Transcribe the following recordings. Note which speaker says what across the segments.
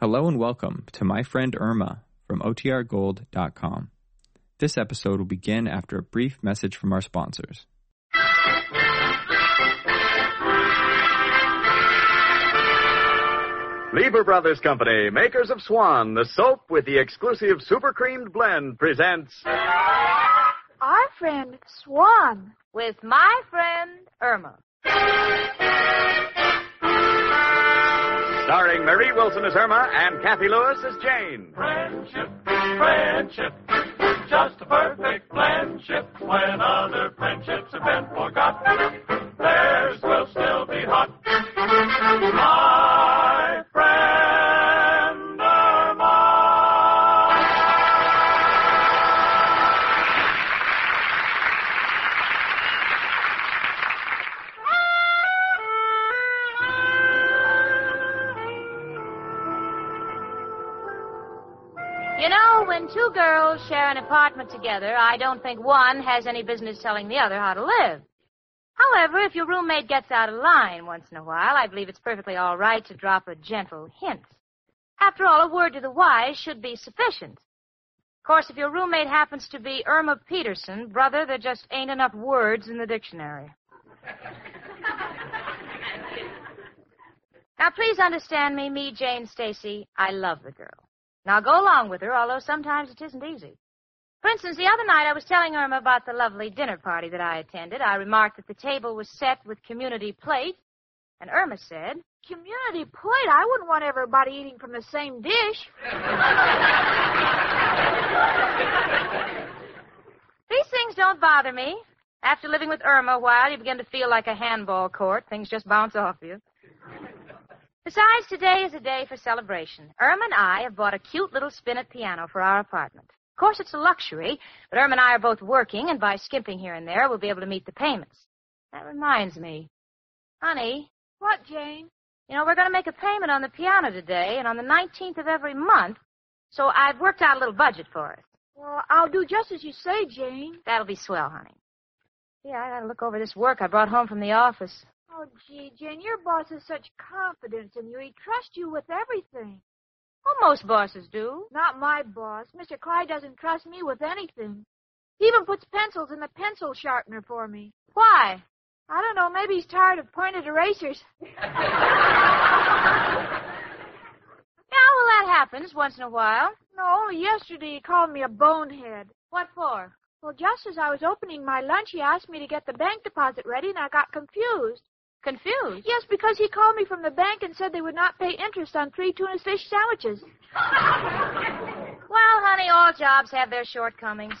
Speaker 1: Hello and welcome to my friend Irma from OTRGold.com. This episode will begin after a brief message from our sponsors.
Speaker 2: Lieber Brothers Company, makers of Swan, the soap with the exclusive super creamed blend, presents
Speaker 3: Our friend Swan.
Speaker 4: with my friend Irma.
Speaker 2: starring Marie Wilson as Irma and Kathy Lewis as Jane.
Speaker 5: Friendship, friendship, just a perfect friendship. When other friendships have been forgot, theirs will still be hot. My friend Irma.
Speaker 4: You know, when two girls share an apartment together, I don't think one has any business telling the other how to live. However, if your roommate gets out of line once in a while, I believe it's perfectly all right to drop a gentle hint. After all, a word to the wise should be sufficient. Of course, if your roommate happens to be Irma Peterson, brother, there just ain't enough words in the dictionary. Now, please understand me, me, Jane Stacy. I love the girl. Now go along with her, although sometimes it isn't easy. For instance, the other night I was telling Irma about the lovely dinner party that I attended. I remarked that the table was set with community plate, and Irma said,
Speaker 3: Community plate. I wouldn't want everybody eating from the same dish.
Speaker 4: These things don't bother me. After living with Irma a while, you begin to feel like a handball court. Things just bounce off you. Besides, today is a day for celebration. Irma and I have bought a cute little spinet piano for our apartment. Of course, it's a luxury, but Irma and I are both working, and by skimping here and there, we'll be able to meet the payments. That reminds me. Honey,
Speaker 3: What, Jane?
Speaker 4: you know, we're going to make a payment on the piano today and on the 19th of every month, so I've worked out a little budget for us.
Speaker 3: Well, I'll do just as you say, Jane.
Speaker 4: That'll be swell, honey. Yeah, I gotta look over this work I brought home from the office.
Speaker 3: Oh, gee, Jane, your boss has such confidence in you. He trusts you with everything.
Speaker 4: Well, most bosses do.
Speaker 3: Not my boss. Mr. Clyde doesn't trust me with anything. He even puts pencils in the pencil sharpener for me.
Speaker 4: Why?
Speaker 3: I don't know, maybe he's tired of pointed erasers.
Speaker 4: Yeah, well, that happens once in a while.
Speaker 3: No, only yesterday he called me a bonehead.
Speaker 4: What for?
Speaker 3: Well, just as I was opening my lunch, he asked me to get the bank deposit ready, and I got confused.
Speaker 4: Confused.
Speaker 3: Yes, because he called me from the bank and said they would not pay interest on three tuna fish sandwiches.
Speaker 4: Well, honey, all jobs have their shortcomings.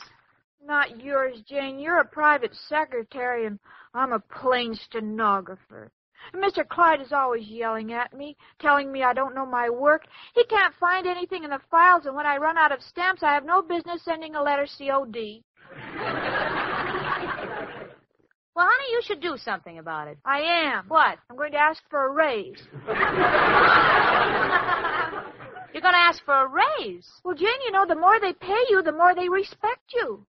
Speaker 3: Not yours, Jane. You're a private secretary, and I'm a plain stenographer. And Mr. Clyde is always yelling at me, telling me I don't know my work. He can't find anything in the files, and when I run out of stamps, I have no business sending a letter COD.
Speaker 4: Well, honey, you should do something about it.
Speaker 3: I am.
Speaker 4: What?
Speaker 3: I'm going to ask for a raise.
Speaker 4: You're gonna ask for a raise.
Speaker 3: Well, Jane, you know, the more they pay you, the more they respect you.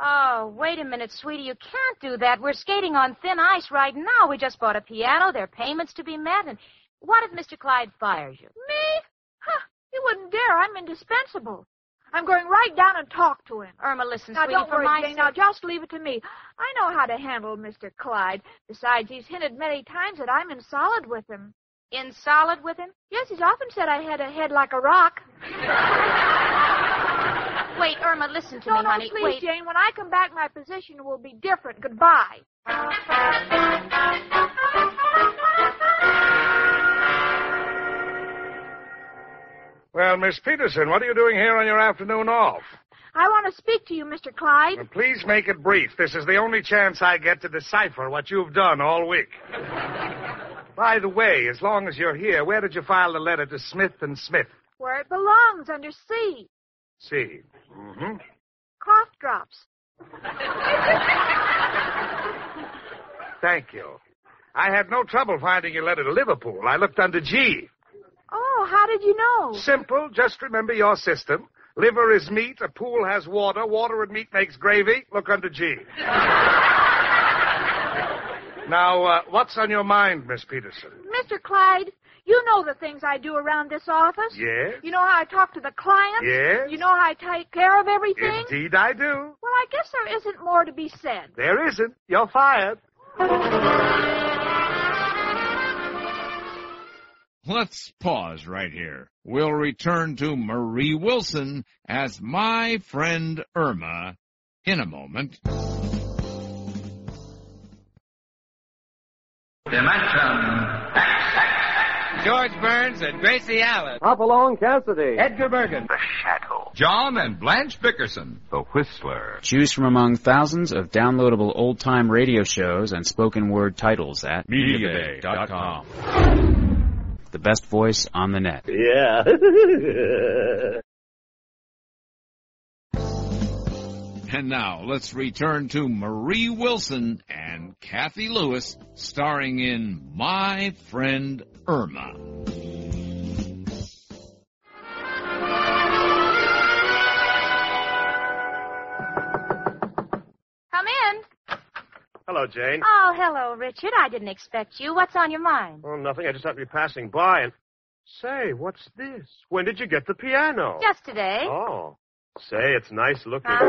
Speaker 4: Oh, wait a minute, sweetie. You can't do that. We're skating on thin ice right now. We just bought a piano. There are payments to be met. And what if Mr. Clyde fires you?
Speaker 3: Me? Huh, you wouldn't dare. I'm indispensable. I'm going right down and talk to him.
Speaker 4: Irma, listen,
Speaker 3: Now,
Speaker 4: sweetie,
Speaker 3: don't
Speaker 4: for
Speaker 3: worry,
Speaker 4: my
Speaker 3: Jane. Now, just leave it to me. I know how to handle Mr. Clyde. Besides, he's hinted many times that I'm in solid with him.
Speaker 4: in solid with him?
Speaker 3: Yes, he's often said I had a head like a rock.
Speaker 4: Wait, Irma, listen to
Speaker 3: No,
Speaker 4: me,
Speaker 3: no,
Speaker 4: honey.
Speaker 3: please,
Speaker 4: Wait.
Speaker 3: Jane. When I come back, my position will be different. Goodbye.
Speaker 6: Well, Miss Peterson, what are you doing here on your afternoon off?
Speaker 3: I want to speak to you, Mr. Clyde.
Speaker 6: Well, please make it brief. This is the only chance I get to decipher what you've done all week. By the way, as long as you're here, where did you file the letter to Smith and Smith?
Speaker 3: Where it belongs, under C.
Speaker 6: See. Mm-hmm.
Speaker 3: Cough drops.
Speaker 6: Thank you. I had no trouble finding your letter to Liverpool. I looked under G.
Speaker 3: Oh, how did you know?
Speaker 6: Simple. Just remember your system. Liver is meat. A pool has water. Water and meat makes gravy. Look under G. now, uh, what's on your mind, Miss Peterson?
Speaker 3: Mr. Clyde, You know the things I do around this office.
Speaker 7: Yes?
Speaker 3: You know how I talk to the clients.
Speaker 7: Yes.
Speaker 3: You know how I take care of everything.
Speaker 7: Indeed, I do.
Speaker 3: Well, I guess there isn't more to be said.
Speaker 7: There isn't. You're fired.
Speaker 8: Let's pause right here. We'll return to Marie Wilson as my friend Irma in a moment.
Speaker 9: George Burns and Gracie Allen.
Speaker 10: Hop along, Cassidy.
Speaker 9: Edgar Bergen. The Shadow. John and Blanche Bickerson. The Whistler.
Speaker 11: Choose from among thousands of downloadable old time radio shows and spoken word titles at
Speaker 8: MediaBay.com.
Speaker 11: the best voice on the net.
Speaker 10: Yeah.
Speaker 8: And now let's return to Marie Wilson and Kathy Lewis starring in My Friend Irma.
Speaker 4: Come in.
Speaker 6: Hello, Jane.
Speaker 4: Oh, hello, Richard. I didn't expect you. What's on your mind?
Speaker 6: Oh, nothing. I just happened to be passing by and. Say, what's this? When did you get the piano?
Speaker 4: Just today.
Speaker 6: Oh. Say, it's nice looking.
Speaker 4: Uh,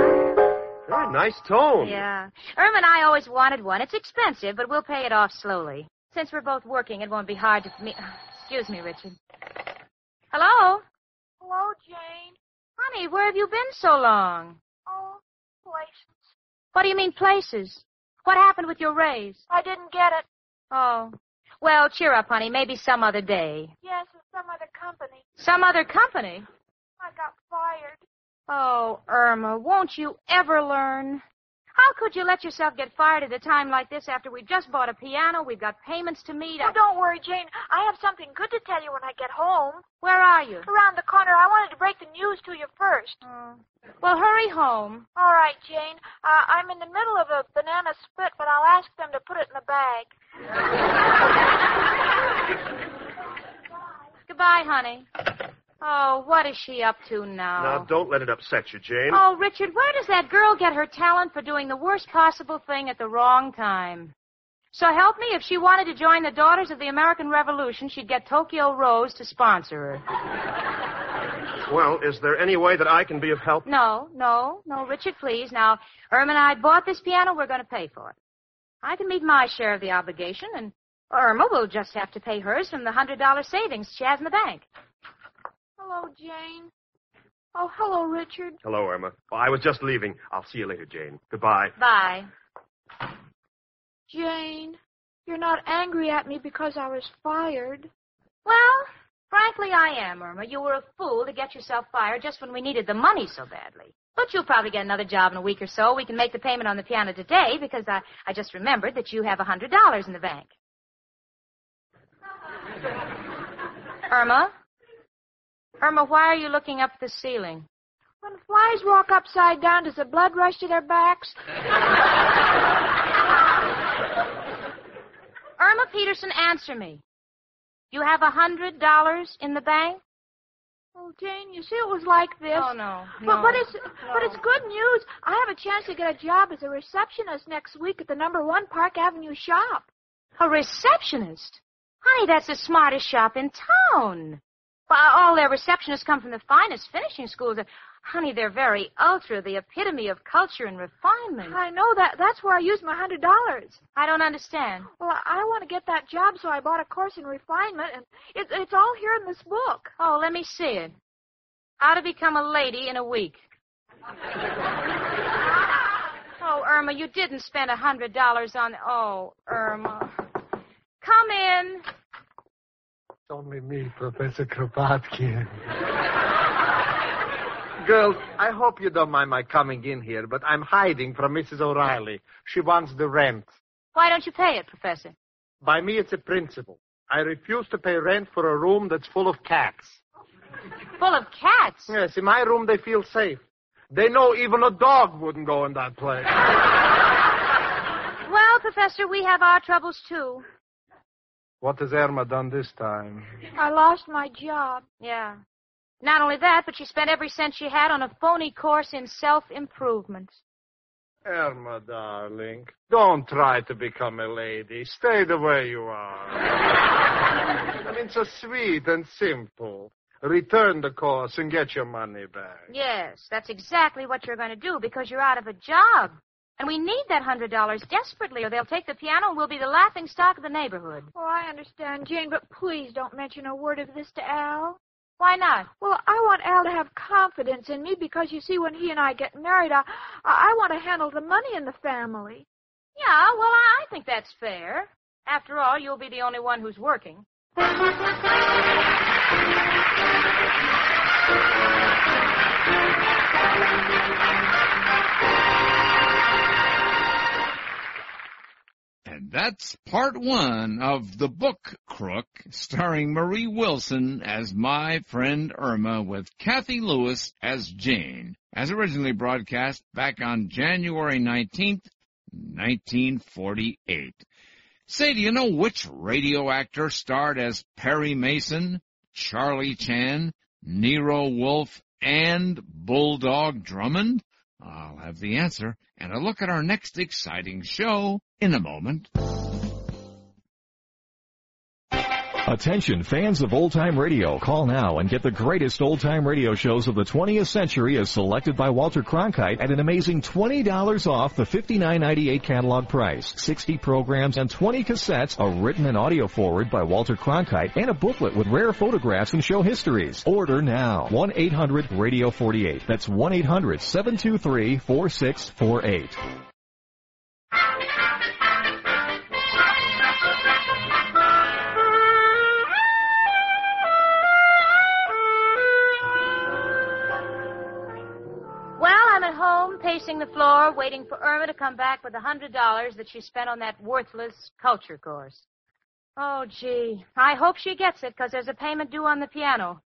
Speaker 6: Very nice tone.
Speaker 4: yeah. Irma and I always wanted one. It's expensive, but we'll pay it off slowly. Since we're both working, it won't be hard to me. Excuse me, Richard. Hello?
Speaker 3: Hello, Jane.
Speaker 4: Honey, where have you been so long?
Speaker 3: Oh, places.
Speaker 4: What do you mean places? What happened with your raise?
Speaker 3: I didn't get it.
Speaker 4: Oh. Well, cheer up, honey. Maybe some other day.
Speaker 3: Yes, it's some other company.
Speaker 4: Some other company?
Speaker 3: I got fired.
Speaker 4: Oh, Irma, won't you ever learn? How could you let yourself get fired at a time like this after we've just bought a piano, we've got payments to meet?
Speaker 3: Oh,
Speaker 4: I...
Speaker 3: don't worry, Jane. I have something good to tell you when I get home.
Speaker 4: Where are you?
Speaker 3: Around the corner, I wanted to break the news to you first.
Speaker 4: Well, hurry home.
Speaker 3: All right, Jane. Uh, I'm in the middle of a banana split, but I'll ask them to put it in a bag.
Speaker 4: Goodbye, honey. Oh, what is she up to now?
Speaker 6: Now, don't let it upset you, Jane.
Speaker 4: Oh, Richard, where does that girl get her talent for doing the worst possible thing at the wrong time? So help me, if she wanted to join the Daughters of the American Revolution, she'd get Tokyo Rose to sponsor her.
Speaker 6: Well, is there any way that I can be of help?
Speaker 4: No, no, no, Richard, please. Now, Irma and I bought this piano. We're going to pay for it. I can meet my share of the obligation, and Irma will just have to pay hers from the $100 savings she has in the bank.
Speaker 3: Hello, Jane. Oh, hello, Richard.
Speaker 6: Hello, Irma. Oh, I was just leaving. I'll see you later, Jane. Goodbye.
Speaker 4: Bye.
Speaker 3: Jane, you're not angry at me because I was fired.
Speaker 4: Well, frankly, I am, Irma. You were a fool to get yourself fired just when we needed the money so badly. But you'll probably get another job in a week or so. We can make the payment on the piano today because I, I just remembered that you have a $100 in the bank. Irma? Irma, why are you looking up at the ceiling?
Speaker 3: When flies walk upside down, does the blood rush to their backs?
Speaker 4: Irma Peterson, answer me. You have a hundred dollars in the bank?
Speaker 3: Oh, Jane, you see, it was like this.
Speaker 4: Oh no.
Speaker 3: But,
Speaker 4: no.
Speaker 3: but it's but it's good news. I have a chance to get a job as a receptionist next week at the number one Park Avenue shop.
Speaker 4: A receptionist? Honey, that's the smartest shop in town. Why, all their receptionists come from the finest finishing schools. Honey, they're very ultra, the epitome of culture and refinement.
Speaker 3: I know that. That's where I used my hundred dollars.
Speaker 4: I don't understand.
Speaker 3: Well, I want to get that job, so I bought a course in refinement, and it, it's all here in this book.
Speaker 4: Oh, let me see it. How to become a lady in a week. oh, Irma, you didn't spend a hundred dollars on. Oh, Irma, come in.
Speaker 12: It's only me, Professor Kropotkin.
Speaker 10: Girls, I hope you don't mind my coming in here, but I'm hiding from Mrs. O'Reilly. She wants the rent.
Speaker 4: Why don't you pay it, Professor?
Speaker 10: By me, it's a principle. I refuse to pay rent for a room that's full of cats.
Speaker 4: Full of cats.
Speaker 10: Yes, in my room, they feel safe. They know even a dog wouldn't go in that place.
Speaker 4: Well, Professor, we have our troubles too.
Speaker 10: What has Irma done this time?
Speaker 3: I lost my job.
Speaker 4: Yeah. Not only that, but she spent every cent she had on a phony course in self improvement.
Speaker 10: Irma, darling, don't try to become a lady. Stay the way you are. I mean, so sweet and simple. Return the course and get your money back.
Speaker 4: Yes, that's exactly what you're going to do because you're out of a job. And we need that hundred dollars desperately, or they'll take the piano and we'll be the laughing stock of the neighborhood.
Speaker 3: Oh, I understand, Jane, but please don't mention a word of this to Al.
Speaker 4: Why not?
Speaker 3: Well, I want Al to have confidence in me because you see, when he and I get married, I I I want to handle the money in the family.
Speaker 4: Yeah, well, I I think that's fair. After all, you'll be the only one who's working.
Speaker 8: And that's part one of The Book Crook, starring Marie Wilson as my friend Irma with Kathy Lewis as Jane, as originally broadcast back on January 19th, 1948. Say, do you know which radio actor starred as Perry Mason, Charlie Chan, Nero Wolfe, and Bulldog Drummond? I'll have the answer and a look at our next exciting show in a moment.
Speaker 13: Attention fans of old time radio, call now and get the greatest old time radio shows of the 20th century as selected by Walter Cronkite at an amazing $20 off the $59.98 catalog price. 60 programs and 20 cassettes, a written and audio forward by Walter Cronkite, and a booklet with rare photographs and show histories. Order now. 1-800-RADIO-48. That's 1-800-723-4648.
Speaker 4: Well, I'm at home pacing the floor, waiting for Irma to come back with the hundred dollars that she spent on that worthless culture course. Oh, gee. I hope she gets it, because there's a payment due on the piano.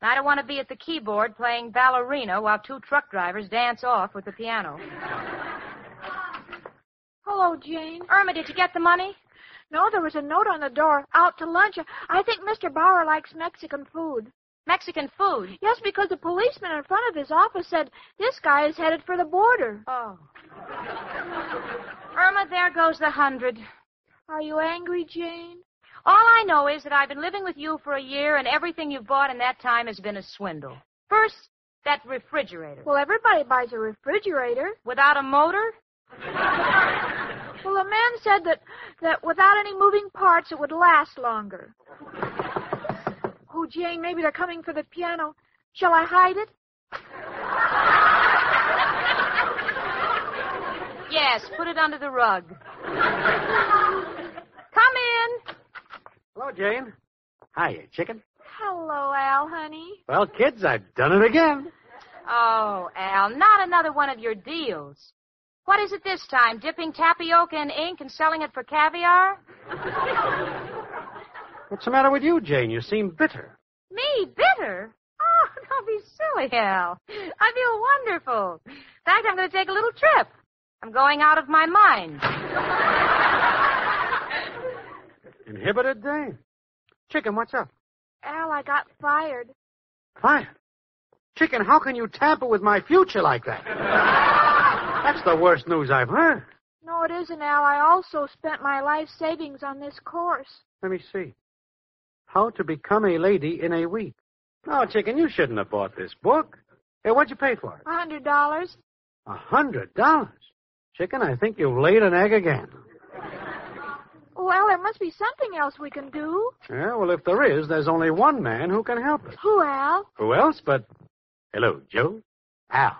Speaker 4: And I don't want to be at the keyboard playing ballerina while two truck drivers dance off with the piano.
Speaker 3: Hello, Jane.
Speaker 4: Irma, did you get the money?
Speaker 3: No, there was a note on the door. Out to lunch. I think Mr. Bauer likes Mexican food.
Speaker 4: Mexican food?
Speaker 3: Yes, because the policeman in front of his office said, This guy is headed for the border.
Speaker 4: Oh. Irma, there goes the hundred.
Speaker 3: Are you angry, Jane?
Speaker 4: All I know is that I've been living with you for a year, and everything you've bought in that time has been a swindle. First, that refrigerator.
Speaker 3: Well, everybody buys a refrigerator.
Speaker 4: Without a motor?
Speaker 3: Well, the man said that, that without any moving parts, it would last longer. Oh, Jane, maybe they're coming for the piano. Shall I hide it?
Speaker 4: Yes, put it under the rug. Come in.
Speaker 5: Hello, Jane. Hiya, chicken.
Speaker 3: Hello, Al, honey.
Speaker 5: Well, kids, I've done it again.
Speaker 4: Oh, Al, not another one of your deals. What is it this time? Dipping tapioca in ink and selling it for caviar?
Speaker 5: What's the matter with you, Jane? You seem bitter.
Speaker 4: Me, bitter? Oh, don't be silly, Al. I feel wonderful. In fact, I'm going to take a little trip. I'm going out of my mind.
Speaker 5: Inhibited day. Chicken, what's up?
Speaker 3: Al, I got fired.
Speaker 5: Fired. Chicken, how can you tamper with my future like that? That's the worst news I've heard.
Speaker 3: No, it isn't, Al. I also spent my life savings on this course.
Speaker 5: Let me see. How to Become a Lady in a Week. Oh, Chicken, you shouldn't have bought this book. Hey, what'd you pay for it?
Speaker 3: A hundred dollars.
Speaker 5: A hundred dollars. Chicken, I think you've laid an egg again.
Speaker 3: Well, Oh, there must be something else we can do.
Speaker 5: Yeah, well, if there is, there's only one man who can help us.
Speaker 3: Who, Al?
Speaker 5: Who else but. Hello, Joe. Al.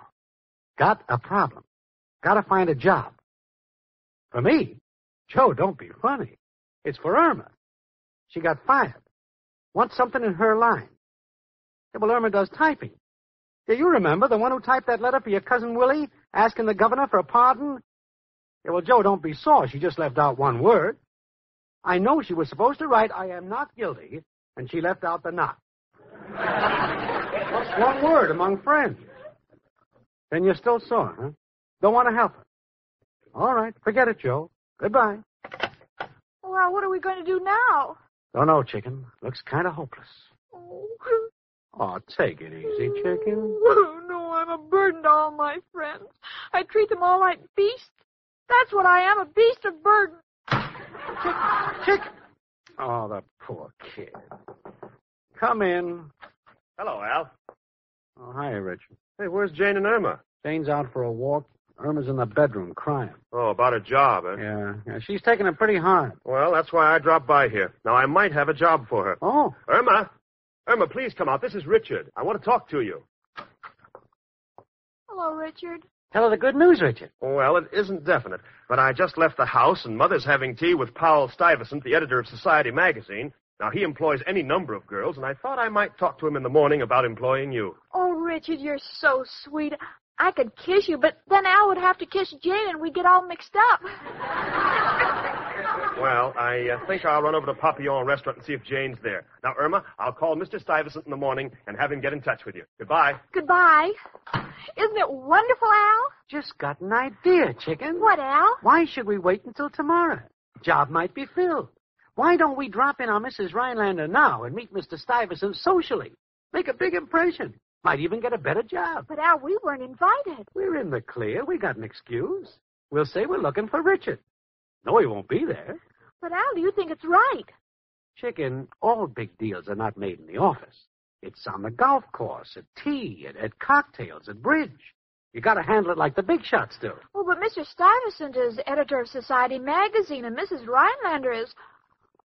Speaker 5: Got a problem. Gotta find a job. For me? Joe, don't be funny. It's for Irma. She got fired. Wants something in her line. Yeah, well, Irma does typing. Yeah, you remember the one who typed that letter for your cousin Willie, asking the governor for a pardon? Yeah, well, Joe, don't be sore. She just left out one word. I know she was supposed to write, I am not guilty, and she left out the not. What's one word among friends? Then you're still sore, huh? Don't want to help her. All right, forget it, Joe. Goodbye.
Speaker 3: Well, what are we going to do now?
Speaker 5: Don't know, chicken. Looks kind of hopeless. Oh, take it easy, chicken.
Speaker 3: Oh, no, I'm a burden to all my friends. I treat them all like beasts. That's what I am, a beast of burden.
Speaker 5: Chicken. Oh, the poor kid. Come in.
Speaker 6: Hello, Al.
Speaker 5: Oh, hi, Richard.
Speaker 6: Hey, where's Jane and Irma?
Speaker 5: Jane's out for a walk. Irma's in the bedroom crying.
Speaker 6: Oh, about a job, eh?
Speaker 5: Yeah, yeah. She's taking it pretty hard.
Speaker 6: Well, that's why I dropped by here. Now, I might have a job for her.
Speaker 5: Oh.
Speaker 6: Irma! Irma, please come out. This is Richard. I want to talk to you.
Speaker 3: Hello, Richard.
Speaker 5: Tell her the good news, Richard.
Speaker 6: Well, Oh, it isn't definite, but I just left the house, and Mother's having tea with Powell Stuyvesant, the editor of Society magazine. Now, he employs any number of girls, and I thought I might talk to him in the morning about employing you.
Speaker 3: Oh, Richard, you're so sweet. I could kiss you, but then Al would have to kiss Jane and we'd get all mixed up.
Speaker 6: Well, I uh, think I'll run over to Papillon Restaurant and see if Jane's there. Now, Irma, I'll call Mr. Stuyvesant in the morning and have him get in touch with you. Goodbye.
Speaker 3: Goodbye. Isn't it wonderful, Al?
Speaker 5: Just got an idea, chicken.
Speaker 3: What, Al?
Speaker 5: Why should we wait until tomorrow? Job might be filled. Why don't we drop in on Mrs. Rhinelander now and meet Mr. Stuyvesant socially? Make a big impression. Might even get a better job.
Speaker 3: But Al, we weren't invited.
Speaker 5: We're in the clear. We got an excuse. We'll say we're looking for Richard. No, he won't be there.
Speaker 3: But Al, do you think it's right?
Speaker 5: Chicken, all big deals are not made in the office. It's on the golf course, at tea, at, at cocktails, at bridge. You gotta handle it like the big shots do.
Speaker 3: Well, Oh, but Mr. Stuyvesant is editor of Society magazine, and Mrs. Rhinelander is.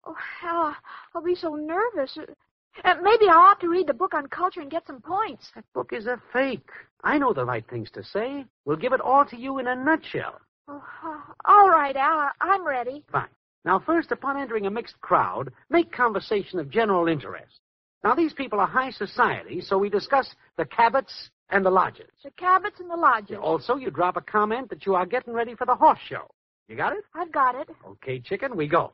Speaker 3: Oh, Al, I'll be so nervous. Uh, maybe I ought to read the book on culture and get some points.
Speaker 5: That book is a fake. I know the right things to say. We'll give it all to you in a nutshell.
Speaker 3: Oh, uh, all right, Al, I'm ready.
Speaker 5: Fine. Now, first, upon entering a mixed crowd, make conversation of general interest. Now, these people are high society, so we discuss the Cabots and the Lodges.
Speaker 3: The Cabots and the Lodges.
Speaker 5: Also, you drop a comment that you are getting ready for the horse show. You got it?
Speaker 3: I've got it.
Speaker 5: Okay, chicken, we go.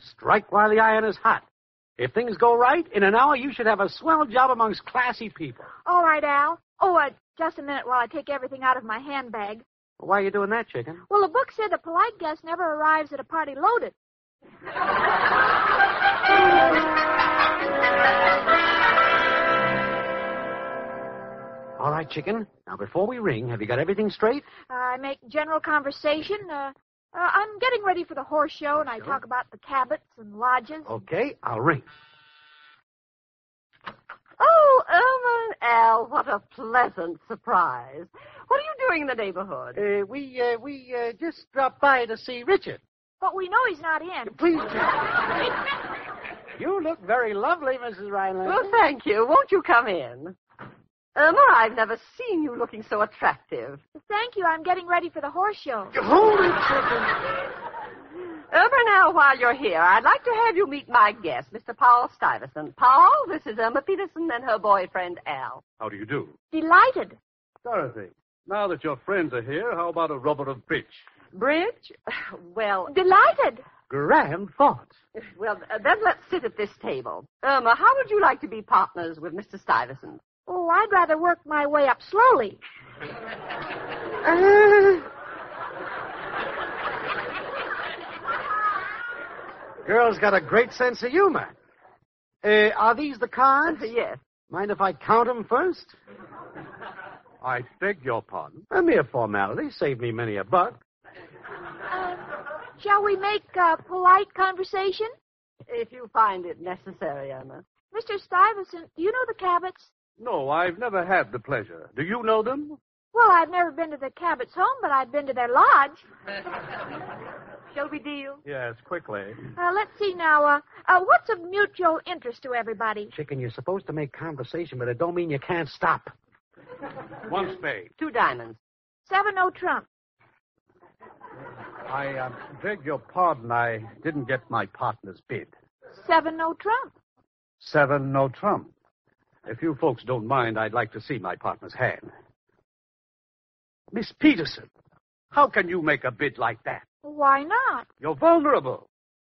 Speaker 5: Strike while the iron is hot. If things go right, in an hour you should have a swell job amongst classy people.
Speaker 3: All right, Al. Oh, uh, just a minute while I take everything out of my handbag.
Speaker 5: Why are you doing that, chicken?
Speaker 3: Well, the book said a polite guest never arrives at a party loaded.
Speaker 5: All right, chicken. Now, before we ring, have you got everything straight?
Speaker 3: Uh, I make general conversation. Uh, uh, I'm getting ready for the horse show, and I
Speaker 5: Sure.
Speaker 3: talk about the Cabots and lodges.
Speaker 5: Okay, I'll ring.
Speaker 14: Oh, Irma and Al, what a pleasant surprise. What are you doing in the neighborhood?
Speaker 5: Uh, we, uh, we, uh, just dropped by to see Richard.
Speaker 3: But we know he's not in.
Speaker 5: Please, You look very lovely, Mrs. Rhinelander.
Speaker 14: Well, Oh, thank you. Won't you come in? Irma, I've never seen you looking so attractive.
Speaker 3: Thank you. I'm getting ready for the horse show.
Speaker 5: Holy chicken!
Speaker 14: Irma and Al, Um, while you're here, I'd like to have you meet my guest, Mr. Paul Stuyvesant. Paul, this is Irma Peterson and her boyfriend, Al.
Speaker 2: How do you do?
Speaker 3: Delighted.
Speaker 2: Dorothy, now that your friends are here, how about a rubber of bridge?
Speaker 14: Bridge? Well,
Speaker 3: Delighted.
Speaker 5: Grand thought.
Speaker 14: well, uh, then let's sit at this table. Irma, how would you like to be partners with Mr. Stuyvesant?
Speaker 3: Oh, I'd rather work my way up slowly.
Speaker 5: Girl's got a great sense of humor. Uh, are these the cards?
Speaker 14: yes.
Speaker 5: Mind if I count 'em first?
Speaker 2: I beg your pardon.
Speaker 5: A mere formality. Saved me many a buck.
Speaker 3: Shall we make uh, polite conversation?
Speaker 14: If you find it necessary, Irma.
Speaker 3: Mr. Stuyvesant, do you know the Cabots?
Speaker 2: No, I've never had the pleasure. Do you know them?
Speaker 3: Well, I've never been to the Cabots' home, but I've been to their lodge.
Speaker 14: Shall we deal?
Speaker 2: Yes, quickly.
Speaker 3: Uh, let's see now. Uh, uh, what's of mutual interest to everybody?
Speaker 5: Chicken, you're supposed to make conversation, but it don't mean you can't stop.
Speaker 2: One spade.
Speaker 14: Two diamonds.
Speaker 3: Seven O Trump.
Speaker 2: I uh, beg your pardon. I didn't get my partner's bid.
Speaker 3: Seven O Trump.
Speaker 2: Seven, no trump. If you folks don't mind, I'd like to see my partner's hand. Miss Peterson, how can you make a bid like that?
Speaker 3: Why not?
Speaker 2: You're vulnerable.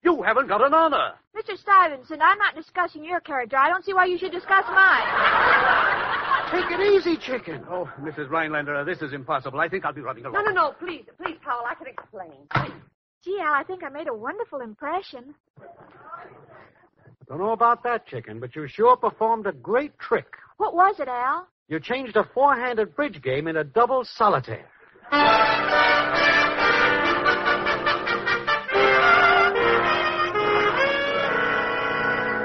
Speaker 2: You haven't got an honor.
Speaker 3: Mr. Stuyvesant, I'm not discussing your character. I don't see why you should discuss mine.
Speaker 5: Take it easy, chicken.
Speaker 2: Oh, Mrs. Rhinelander, uh, this is impossible. I think I'll be running along.
Speaker 14: No,
Speaker 4: Oh,
Speaker 14: no, no, please, please, Powell, I can explain.
Speaker 3: Gee, Al, I think I made a wonderful impression.
Speaker 5: Don't know about that, chicken, but you sure performed a great trick.
Speaker 3: What was it, Al?
Speaker 5: You changed a four-handed bridge game into double solitaire.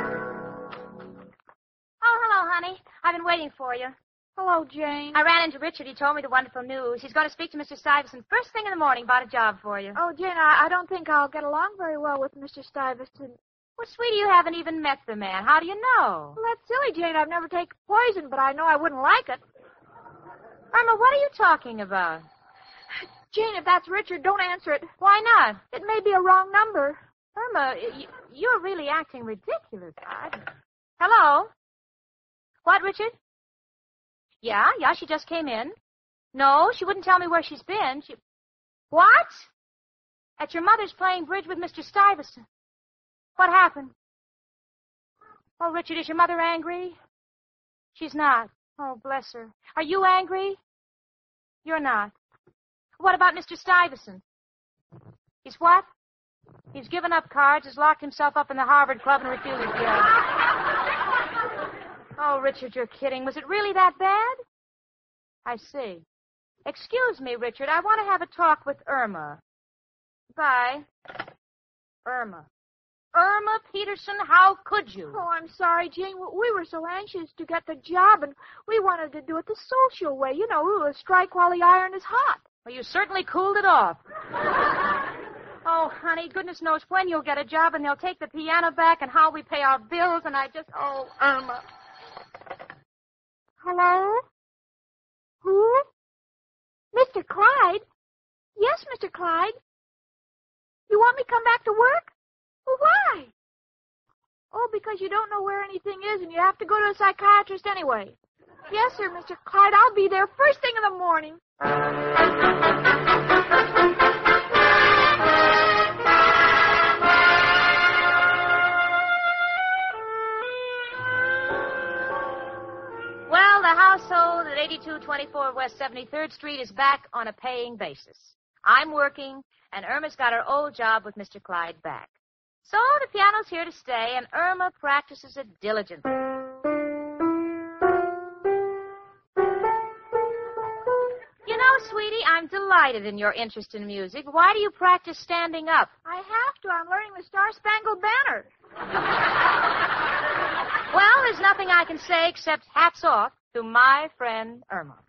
Speaker 4: Oh, been waiting for you.
Speaker 3: Hello, Jane.
Speaker 4: I ran into Richard. He told me the wonderful news. He's going to speak to Mr. Stuyvesant first thing in the morning about a job for you.
Speaker 3: Oh, Jane, I, I don't think I'll get along very well with Mr. Stuyvesant.
Speaker 4: Well, sweetie, you haven't even met the man. How do you know?
Speaker 3: Well, that's silly, Jane. I've never taken poison, but I know I wouldn't like it.
Speaker 4: Irma, what are you talking about?
Speaker 3: Jane, if that's Richard, don't answer it.
Speaker 4: Why not?
Speaker 3: It may be a wrong number.
Speaker 4: Irma, y- you're really acting ridiculous. I... Hello? What, Richard? Yeah, yeah, she just came in. No, she wouldn't tell me where she's been. She... What? At your mother's playing bridge with Mr. Stuyvesant. What happened? Oh, Richard, is your mother angry? She's not. Oh, bless her. Are you angry? You're not. What about Mr. Stuyvesant? He's what? He's given up cards, has locked himself up in the Harvard Club, and refuses to Oh, Richard, you're kidding. Was it really that bad? I see. Excuse me, Richard. I want to have a talk with Irma. Bye. Irma. Irma Peterson, how could you?
Speaker 3: Oh, I'm sorry, Jane. We- We were so anxious to get the job, and we wanted to do it the social way. You know, we would strike while the iron is hot.
Speaker 4: Well, you certainly cooled it off. oh, honey, goodness knows when you'll get a job and they'll take the piano back and how we pay our bills, and I just, oh, Irma.
Speaker 3: Hello? Who? Mr. Clyde? Yes, Mr. Clyde. You want me to come back to work? Well, why? Oh, because you don't know where anything is and you have to go to a psychiatrist anyway. Yes, sir, Mr. Clyde. I'll be there first thing in the morning.
Speaker 4: Well, the household at 8224 West 73rd Street is back on a paying basis. I'm working, and Irma's got her old job with Mr. Clyde back. So the piano's here to stay, and Irma practices it diligently. You know, sweetie, I'm delighted in your interest in music. Why do you practice standing up?
Speaker 3: I have to. I'm learning the Star Spangled Banner.
Speaker 4: Well, there's nothing I can say except hats off to my friend Irma.